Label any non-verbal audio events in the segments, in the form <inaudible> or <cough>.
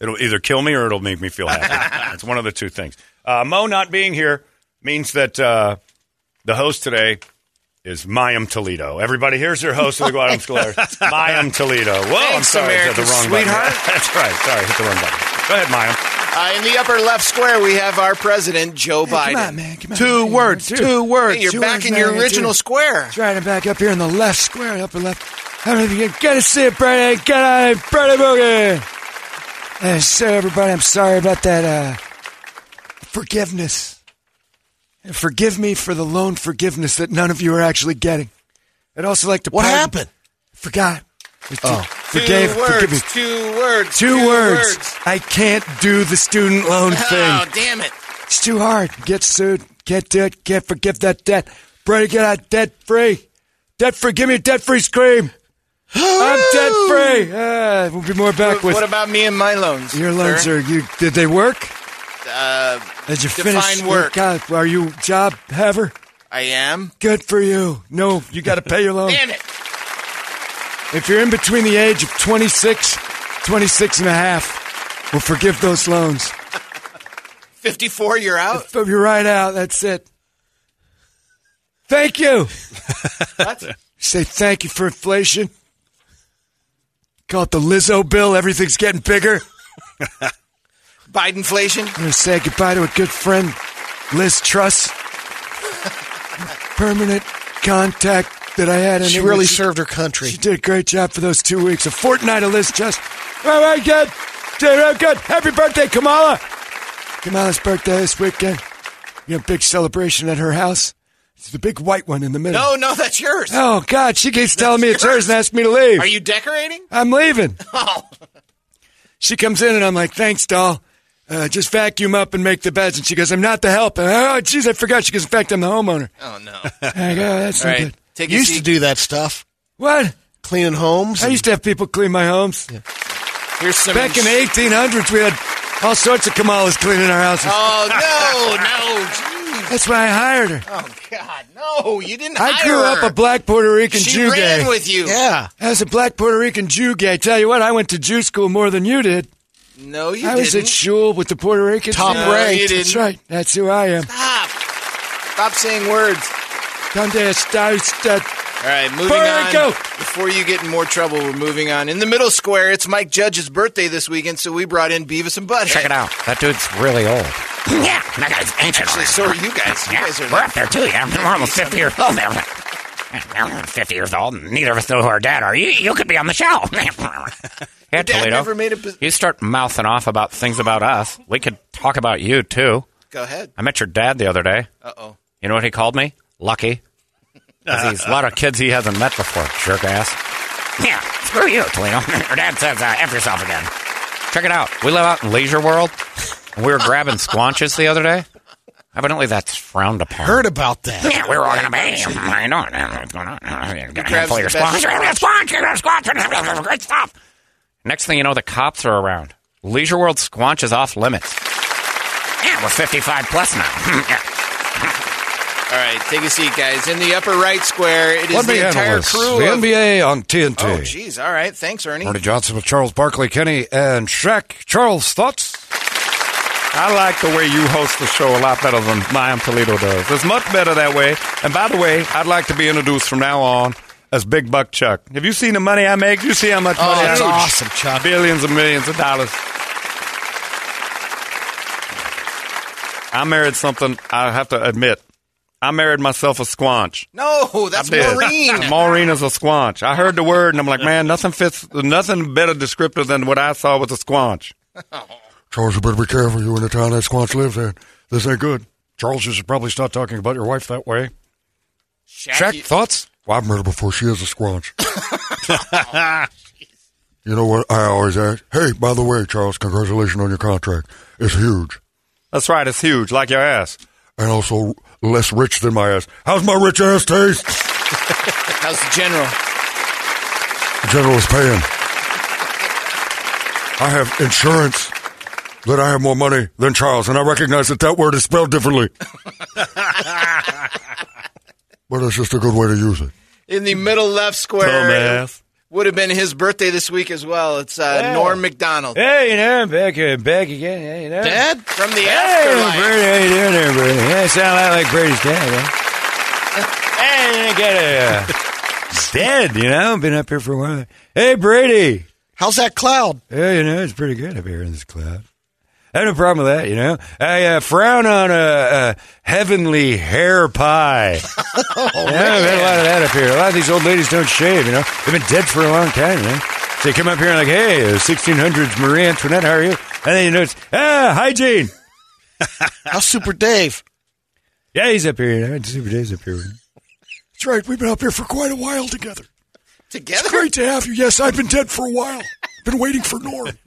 It'll either kill me or it'll make me feel happy. it's one of the two things. Uh, Mo not being here means that uh, the host today is Mayim Toledo. Everybody, here's your host of the Guadalajara Scholars, Mayim Toledo. Whoa, I'm Thanks, sorry, I hit the America's wrong sweetheart. button. <laughs> That's right. Sorry, hit the wrong button. Go ahead, Mayim. Uh, in the upper left square, we have our president, Joe Biden. on, man, come on, two man, words. dude. Two words. Hey, you're two back words, in man, your dude. original square. Trying to back up here in the left square, upper left. I don't know if you can get to see it, Brady. Get on it, Brady Boogie. And so, everybody, I'm sorry about that. Uh, forgiveness. And forgive me for the loan forgiveness that none of you are actually getting. I'd also like to. What pardon- happened? Forgot. Oh, forgave. two words. Forgive me. Two words. Two, words. I can't do the student loan thing. Oh, damn it. It's too hard. Get sued. Can't do it. Can't forgive that debt. Brady, get out debt free. Debt free. Give me a debt free scream. I'm debt free. Uh, we'll be more back with What about me and my loans? your loans. sir? Are you? Did they work? Uh, Did you Define finish work. Your, co- are you job haver? I am. Good for you. No, you got to pay your loan. Damn it. If you're in between the age of 26, 26 and a half, we'll forgive those loans. 54, you're out? But you're right out. That's it. Thank you. What? Say thank you for inflation. Call it the Lizzo bill. Everything's <laughs> getting bigger. Bidenflation? I'm going to say goodbye to a good friend, Liz Truss. Permanent contact that I had. and She it really was- served her country. She did a great job for those two weeks. A fortnight of Liz Truss. All right, good. Did real good. Happy birthday, Kamala. Kamala's birthday this weekend. We have a big celebration at her house. It's the big white one in the middle. No, no, that's yours. Oh, God. She keeps telling me it's hers and asking me to leave. Are you decorating? <laughs> I'm leaving. Oh. She comes in and I'm like, thanks, doll. Uh, just vacuum up and make the beds. And she goes, I'm not the helper. Oh, jeez, I forgot. She goes, in fact, I'm the homeowner. Oh, no. <laughs> I go, oh, that's All not right. good. Take a used to seat. do that stuff, What? cleaning homes. I used to have people clean my homes. Here's some Back in ins- the 1800s, we had all sorts of Kamalas cleaning our houses. Oh, no, no. Jeez. <laughs> That's why I hired her. Oh God, no! You didn't. <laughs> I hire grew her. up a black Puerto Rican She Jew ran gay. with you. yeah, As a black Puerto Rican Jew gay, tell you what, I went to Jew school more than you did. No, Oh, you I was didn't. at shul with the Puerto Ricans. Top Yeah, ranked. You That's didn't. right. That's who I am. Stop. Stop saying words. Donde estás? uh, All right, moving Burn, on. go. Before you get in more trouble, we're moving on. In the middle square, it's Mike Judge's birthday this weekend, so we brought in Beavis and Butt. Check it out. That dude's really old. yeah, that guy's ancient. Actually, so are you guys. You Yeah, guys are we're up there too. Yeah, we're almost 50 years old. Now. 50 years old. and Neither of us know who our dad are. You, you could be on the show. <laughs> yeah, Toledo. never made a pos- you start mouthing off about things about us. We could talk about you, too. Go ahead. I met your dad the other day. Uh oh. You know what he called me? <laughs> Lucky. 'Cause he's a lot of kids he hasn't met before, jerk ass. Yeah, screw you, Toledo. <laughs> Your dad says, uh, F yourself again. Check it out. We live out in Leisure World. and we were grabbing squanches the other day. Evidently, that's frowned upon. Heard about that. Yeah, we were all going to be. I know. I know What's going on? You're going to grabs handful of your the best squash. You're going to squash. You're going to squash. Great stuff. Next thing you know, the cops are around. Leisure World squanch is off limits. Yeah, we're 55 plus now. <laughs> Yeah. All right, take a seat, guys. In the upper right square, it is Let me the handle entire this. The crew. of- NBA on TNT. Oh, jeez. All right. Thanks, Ernie. Ernie Johnson with Charles Barkley, Kenny, and Shaq. Charles, thoughts? I like the way you host the show a lot better than Liam Toledo does. It's much better that way. And by the way, I'd like to be introduced from now on as Big Buck Chuck. Have you seen the money I make? You see how Oh, much money that's I make? awesome, Chuck. Billions and millions of dollars. I married something, I have to admit. I married myself a squanch. No, that's Maureen. Maureen is a squanch. I heard the word and I'm like, man, nothing fits, nothing better descriptive than what I saw with a <laughs> squanch. Charles, you better be careful. You're in the town that Squanch lives in. This ain't good. Charles, you should probably stop talking about your wife that way. Shaq, thoughts? Well, I've met her before. She is a Squanch. you know what I always ask? Hey, by the way, Charles, congratulations on your contract. It's huge. That's right, it's huge, like your ass. And also less rich than my ass. How's my rich ass taste? How's the general? The general is paying. I have insurance that I have more money than Charles, and I recognize that that word is spelled differently. but it's just a good way to use it. In the middle left square, Dumbass. would have been his birthday this week as well. It's uh, Norm McDonald. Hey, you know, back, uh, back again. Hey, you know. Dad from the Hey, afterlife. Brady, how you doing there, Brady? Yeah, sound a lot like Brady's dad, huh? hey, you got a uh, dead, you know? Been up here for a while. Hey, Brady. How's that cloud? Yeah, you know, it's pretty good up here in this cloud. I have no problem with that, you know. I uh, frown on a, uh heavenly hair <laughs> pie. Oh, yeah, I've had a lot of that up here. A lot of these old ladies don't shave, you know. They've been dead for a long time, you know. So they come up here and like, hey, uh, 1600s Marie Antoinette, how are you? And then you notice, ah, hygiene. <laughs> How's Super Dave? Yeah, he's up here. You know, Super Dave's up here. That's right. We've been up here for quite a while together. Together? to have you. Yes, I've been dead for a while. Been waiting for Norm.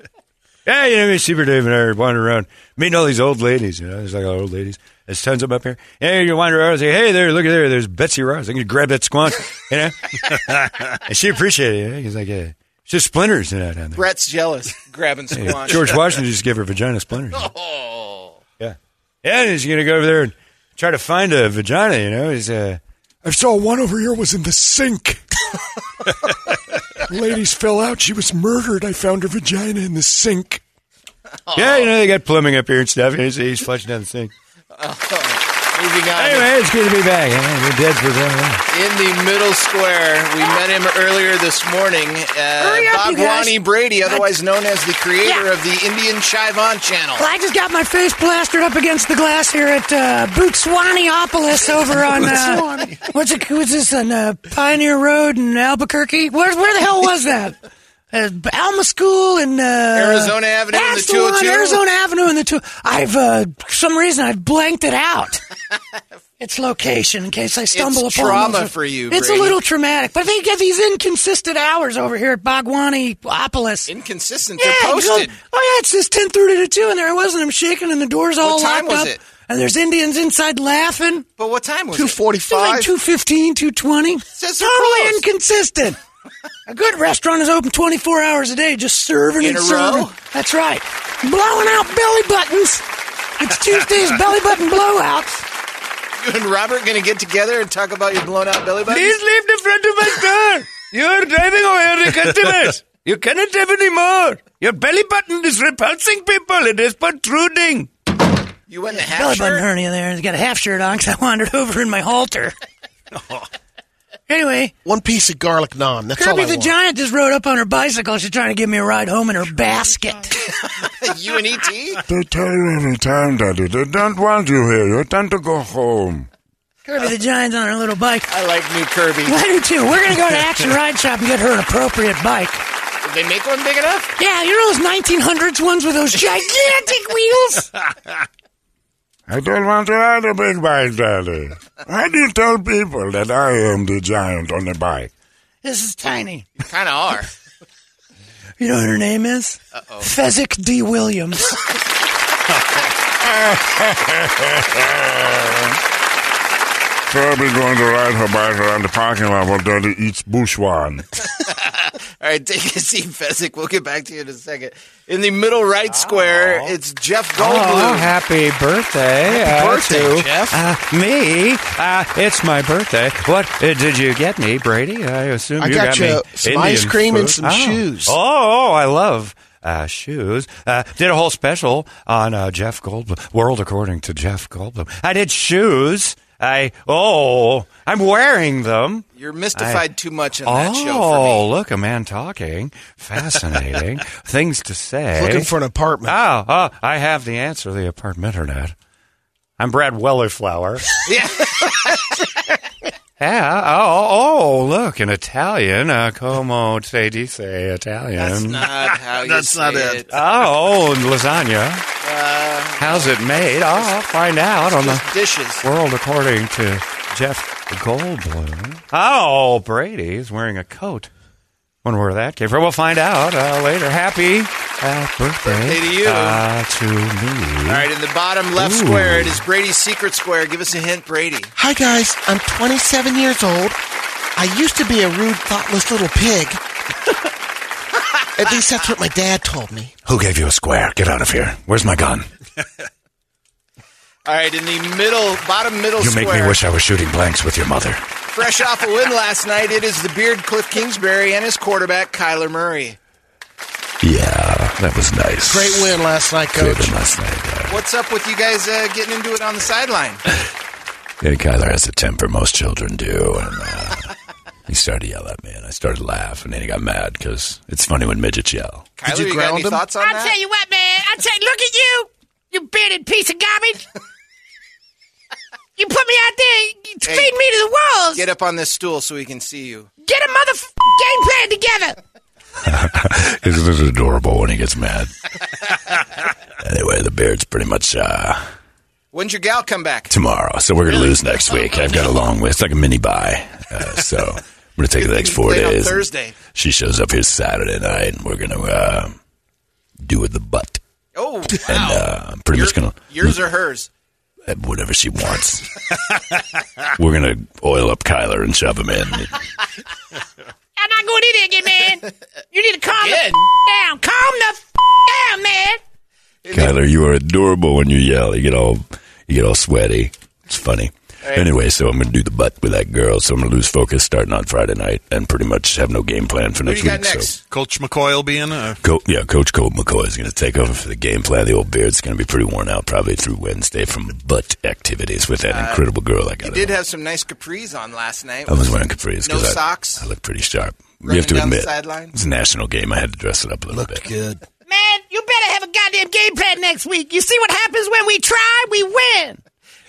Yeah, you know, me, Super Dave and I are wandering around, meeting all these old ladies. You know, there's like all old ladies. There's tons of them up here. Yeah, you wander around and say, hey, there, look at there. There's Betsy Ross. I'm going to grab that squanch, you know? and she appreciated it. You know? He's like, yeah. It's just splinters you know, down there. Brett's jealous. Grabbing Yeah, squanch. George Washington just gave her vagina splinters. Oh. Yeah. Yeah, and he's going to go over there and try to find a vagina, you know? He's, uh, I saw one over here was in <laughs> the sink. Ladies fell out. She was murdered. I found her vagina in the sink. <laughs> Yeah, you know, they got plumbing up here and stuff. He's, he's flushing down the sink. Moving on. Anyway, it's good to be back. You know, we're dead for a while. In the middle square, we met him earlier this morning. Hurry Uh, up, you guys. Bhagwani Brady, otherwise known as the creator of the Indian Chivan channel. Well, I just got my face blastered up against the glass here at uh, Bootswaniopolis <laughs> over on uh, what's it? What's this on uh, Pioneer Road in Albuquerque? Where, where the hell <laughs> was that? Uh, Alma School and uh, Arizona Avenue and the that's one, 202? Arizona Avenue and the two. I've uh, for some reason I've blanked it <laughs> out. its location in case I stumble It's upon trauma those. for you, It's Brady. a little traumatic, but they get these inconsistent hours over here at Bogwaniopolis. Inconsistent. Yeah, They're it's all- posted. oh yeah, it says ten thirty to two, and there I was, and I'm shaking, and the doors all time locked was up, it? and there's Indians inside laughing. But what time was it? It's like 245. two fifteen, two twenty. Says they're Totally closed. <laughs> inconsistent. a good restaurant is open twenty four hours a day, just serving In and a serving. row? That's right, blowing out belly buttons. It's Tuesday's belly button blowouts. <laughs> You and Robert going to get together and talk about your blown out belly button? leave the front of my door. You're driving away the customers. You cannot have any more. Your belly button is repulsing people. It is protruding. You went Belly in the half button shirt? <laughs> hernia there. and Got a half shirt on because I wandered <laughs> over in my halter. Oh. Anyway, One piece of garlic naan. That's all Kirby I the want. Giant just rode up on her bicycle. She's trying to give me a ride home in her basket. <laughs> you and E.T.? They tell you every time, Daddy, they don't want you here. You tend to go home. <laughs> Kirby the Giant's on her little bike. I like new Kirby. I do too. We're going to go to <laughs> Action Ride Shop and get her an appropriate bike. Did they make one big enough? Yeah, you know those 1900s ones with those gigantic <laughs> wheels? I don't want to ride a big bike, Daddy. Why do you tell people that I am the giant on the bike? This is tiny. Kind of are. <laughs> You know what her name is? Uh-oh. Fezzik D. <laughs> Williams. <laughs> Kirby going to ride her bike around the parking lot while Daddy eats bushwan. <laughs> All right, take a seat, Fezzik. We'll get back to you in a second. In the middle right square, it's Jeff Oh, Goldblum. happy birthday, Happy uh, birthday, to, Jeff. uh, me. Uh, it's my birthday. What uh, did you get me, Brady? I assume I you got got, you me some Indian ice cream and food. some Oh. shoes. Oh, oh, I love uh, shoes. Uh, did a whole special on uh, Jeff Goldblum, World According to Jeff Goldblum. I did shoes. I oh, I'm wearing them. You're mystified I- too much in oh, that show for me. look, a man talking. Fascinating. Things to say. Looking for an apartment. Oh, oh, I have the answer, the apartment internet. I'm Brad Wellerflower. Yeah. <laughs> yeah. Oh, oh, look, an Italian. Uh, como te dice Italian? That's not how <laughs> you That's say not it. it. oh, and lasagna. How's it made? Oh, I'll find out on the Uh, Just dishes. world according to Jeff Goldblum. Oh, Brady is wearing a coat. Wonder where that came from. We'll find out uh, later. Happy uh, birthday, Birthday to you. uh, to me. All right, in the bottom left Ooh. square, it is Brady's secret square. Give us a hint, Brady. Hi, guys. I'm 27 years old. I used to be a rude, thoughtless little <laughs> pig. At least that's what my dad told me. Who gave you a square? Get out of here. Where's my gun? All right, in the middle, bottom middle You square. make me wish I was shooting blanks with your mother. Fresh off a win last night, it is the beard Cliff Kingsbury and his quarterback Kyler Murray. Yeah, Oh, that was nice. Great win last night, Good coach. win last night. Uh, What's up with you guys uh, getting into it on the sideline? yeah, Kyler has a temper most children do, and uh, <laughs> he started to yell at me, and I started to laugh, and then he got mad because it's funny when midgets yell. <laughs> Kyler, you you, got ground any him? thoughts on I'll that? tell you what, man. I'll tell you, look at you, you bearded piece of garbage. you put me out there, you Hey. feed me to the wolves. Get up on this stool so we can see you. Get a mother game plan together. Isn't it adorable when he <laughs> gets mad? anyway, the beard's pretty much uh, When's your gal come back? tomorrow, so we're gonna lose next week. I've got a long way. It's like a mini buy, uh, so I'm gonna <laughs> take the next four Played on days. Thursday. She shows up here Saturday night, and we're gonna uh, do it the butt. Oh, <laughs> wow. And uh, I'm pretty Your- much gonna yours or hers? at whatever she wants. <laughs> We're gonna oil up Kyler and shove him <laughs> in. I'm not going in there again, man. You need to calm Again? the down. Calm the down, man. Kyler, you are adorable when you yell. You get all you get all sweaty. It's funny. Anyway, so I'm gonna do the butt with that girl. So I'm gonna lose focus starting on Friday night, and pretty much have no game plan for Who do next you got week. So. next? Coach McCoy will be in. Uh, Co- yeah, Coach Cole McCoy is going to take over for the game plan. The old beard's going to be pretty worn out probably through Wednesday from butt activities with Uh, that incredible girl I You got. in. did have some nice capris on last night. I was wearing capris No I, socks? I look pretty sharp. Running you have to down the admit, sideline? it's a national game. I had to dress it up a little bit. Good. Man, you better have a goddamn game plan next week. You see what happens when we try, we win.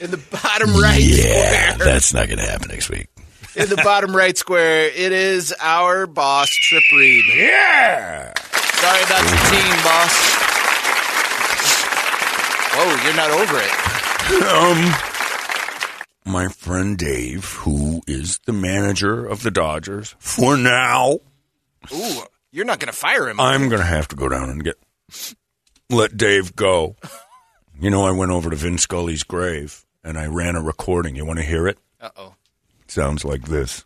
In the bottom right Yeah, square. that's not going to happen next week. In the bottom right square, it is our boss, Trip Reed. Yeah! Sorry about your team, boss. Whoa, you're not over it. Um, my friend Dave, who is the manager of the Dodgers for now, Ooh, you're not going to fire him. I'm going to have to go down and get let Dave go. You know, I went over to Vin Scully's grave and I ran a recording. You want to hear it? Uh oh. Sounds like this.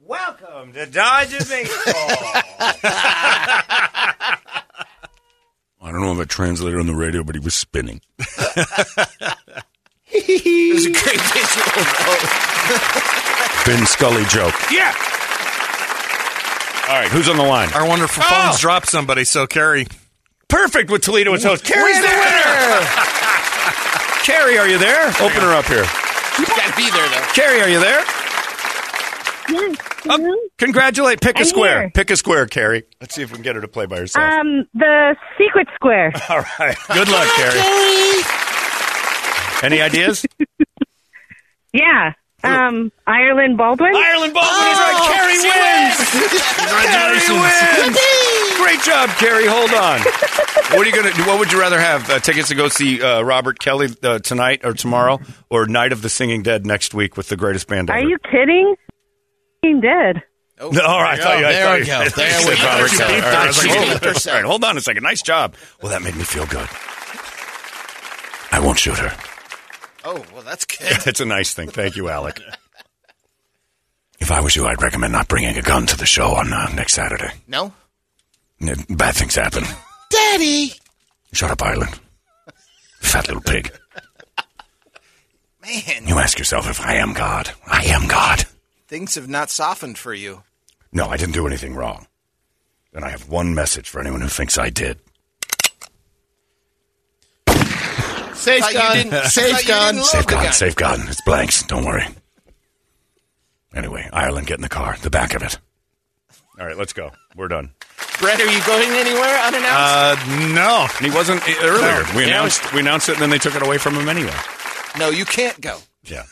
Welcome to Dodger Baseball. <laughs> I don't know if it translated on the radio, but he was spinning. <laughs> It was a great visual, though. Vin Scully joke. yeah. All right, who's on the line? Oh. our wonderful phones dropped somebody, so Carrie. Perfect with Toledo and host. Carrie's the winner. Carrie, are you there? Open her up here. You got to be there, though. Carrie, are you there? Yes. Mm-hmm. Um, congratulate. Pick a I'm square. here. Pick a square, Carrie. Let's see if we can get her to play by herself. Um, the secret square. All <laughs> right. Good luck, Carrie. Any ideas? <laughs> Yeah. Um, Ireland Baldwin. Ireland Baldwin is right. Carrie wins. Congratulations. Great job, Carrie. <laughs> Hold on. what are you gonna? What would you rather have? Uh, tickets to go see uh, Robert Kelly uh, tonight or tomorrow, or Night of the Singing Dead next week with the greatest band ever? Are you kidding? Fucking dead. No, all right, I thought you. I There we thought you- <laughs> go. I thought There you we said go. Robert She Kelly. beat All right, I that. was She like, beat hold- herself. all right, hold on a second. Nice job. Well, that made me feel good. I won't shoot <laughs> her. Oh, well, that's good. That's a nice thing. Thank <laughs> you, Alec. If I was you, I'd recommend not bringing a gun to the show on uh, next Saturday. No? Yeah, Bad things happen. Daddy. Shut up, <laughs> Ireland. Fat little pig. Man, You ask yourself if I am God. I am God. things have not softened for you. No, I didn't do anything wrong. And I have one message for anyone who thinks I did. Safe Thought you gun. didn't- Safe thought you gun. didn't love Safe the gun. gun. Safe gun. It's blanks. Don't worry. Anyway, Ireland, get in the car. The back of it. All right, let's go. We're done. Brett, are you going anywhere unannounced? Uh, no, he wasn't i- earlier. No. We Yeah, announced we announced it, and then they took it away from him anyway. no, you can't go. <laughs> Yeah.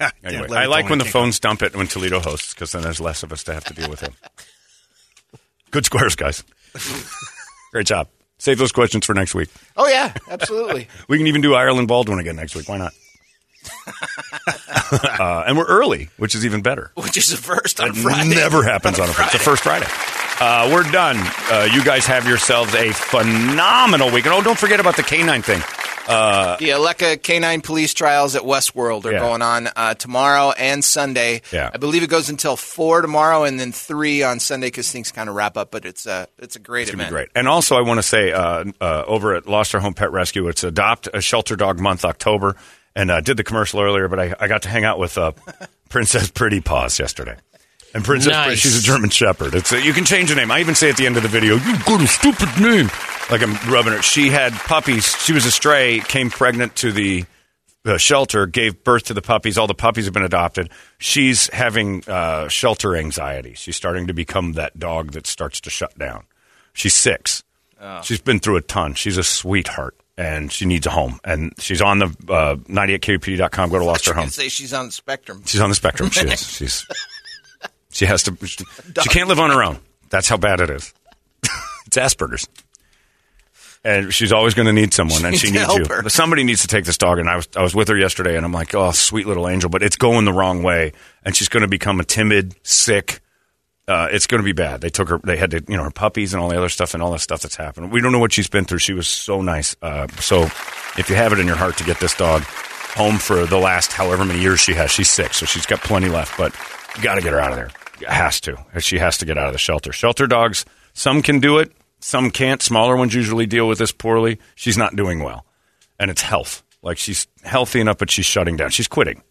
Yeah, <laughs> Anyway, Larry I like Cohen when the can't phones dump it when Toledo hosts because then there's less of us to have to deal with him. <laughs> Good squares, guys. <laughs> Great job. Save those questions for next week. Oh, yeah, absolutely. We can even do Ireland Baldwin again next week. Why not? <laughs> uh, and we're early, which is even better. Which is the first on That Friday. never happens on a Friday. It's the first Friday. Uh, we're done. Uh, you guys have yourselves a phenomenal week. And oh, don't forget about the canine thing. Uh, The Aleka Canine Police trials at Westworld are Yeah. going on uh, tomorrow and Sunday. Yeah. I believe it goes until four tomorrow and then three on Sunday because things kind of wrap up. But it's a it's a great It's gonna event. be great. And also, I want to say uh, uh, over at Lost Our Home Pet Rescue, it's Adopt a Shelter Dog Month, October, and uh, did the commercial earlier, but I, I got to hang out with uh, <laughs> Princess Pretty Paws yesterday. And Princess, Nice. Pretty, she's a German Shepherd. It's uh you can change the name. I even say at the end of the video, "You got a stupid name." Like I'm rubbing her. She had puppies. She was a stray, came pregnant to the uh, shelter, gave birth to the puppies. All the puppies have been adopted. She's having uh, shelter anxiety. She's starting to become that dog that starts to shut down. She's six. Oh. She's been through a ton. She's a sweetheart, and she needs a home. And she's on the uh, 98kupd.com. Go to Lost Her I Home. can say she's on the spectrum. She's on the <laughs> spectrum. <laughs> She is. She's she has to. She, she can't live on her own. That's how bad it is. <laughs> it's Asperger's, and she's always going to need someone, and She she needs needs to you. help her. Somebody needs to take this dog, and I was I was with her yesterday, and I'm like, oh, sweet little angel, but it's going the wrong way, and she's going to become a timid, sick. Uh, it's going to be bad. They took her. They had to, you know, her puppies and all the other stuff and all that stuff that's happened. We don't know what she's been through. She was so nice. Uh, so, if you have it in your heart to get this dog home for the last however many years she has, she's six, so she's got plenty left. But you got to get her out of there. Has to. She has to get out of the shelter. Shelter dogs. Some can do it. Some can't. Smaller ones usually deal with this poorly. She's not doing well, and it's health. Like she's healthy enough, but she's shutting down. She's quitting.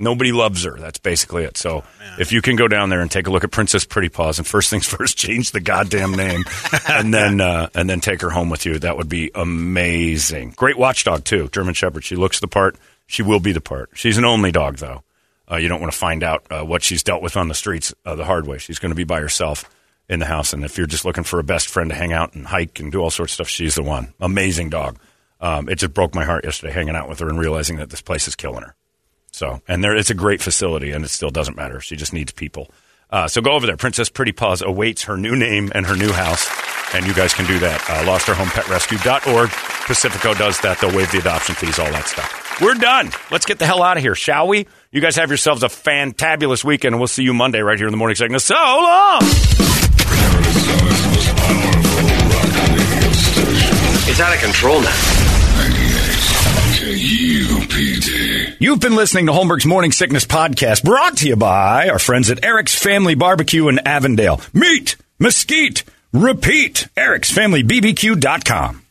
Nobody loves her. That's basically it. So if you can go down there and take a look at Princess Pretty Paws, and first things <laughs> first, change the goddamn name, and then uh, and then take her home with you. That would be amazing. Great watchdog too, German Shepherd. She looks the part. She will be the part. She's an only dog though. Uh, you don't want to find out uh, what she's dealt with on the streets uh, the hard way. She's going to be by herself in the house, and if you're just looking for a best friend to hang out and hike and do all sorts of stuff, she's the one. Amazing dog. Um, it just broke my heart yesterday hanging out with her and realizing that this place is killing her. So, and there, it's a great facility, and it still doesn't matter. She just needs people. Uh, so go over there. Princess Pretty Paws awaits her new name and her new house, and you guys can do that. Uh, LostHerHomePetRescue.org. Pacifico does that. They'll waive the adoption fees, all that stuff. We're done. Let's get the hell out of here, shall we? You guys have yourselves a fantabulous weekend, and we'll see you Monday right here in the morning segment. So long! It's out of control now. You've been listening to Holmberg's Morning Sickness Podcast, brought to you by our friends at Eric's Family Barbecue in Avondale. Meet, mesquite, repeat. Eric'sFamilyBBQ.com.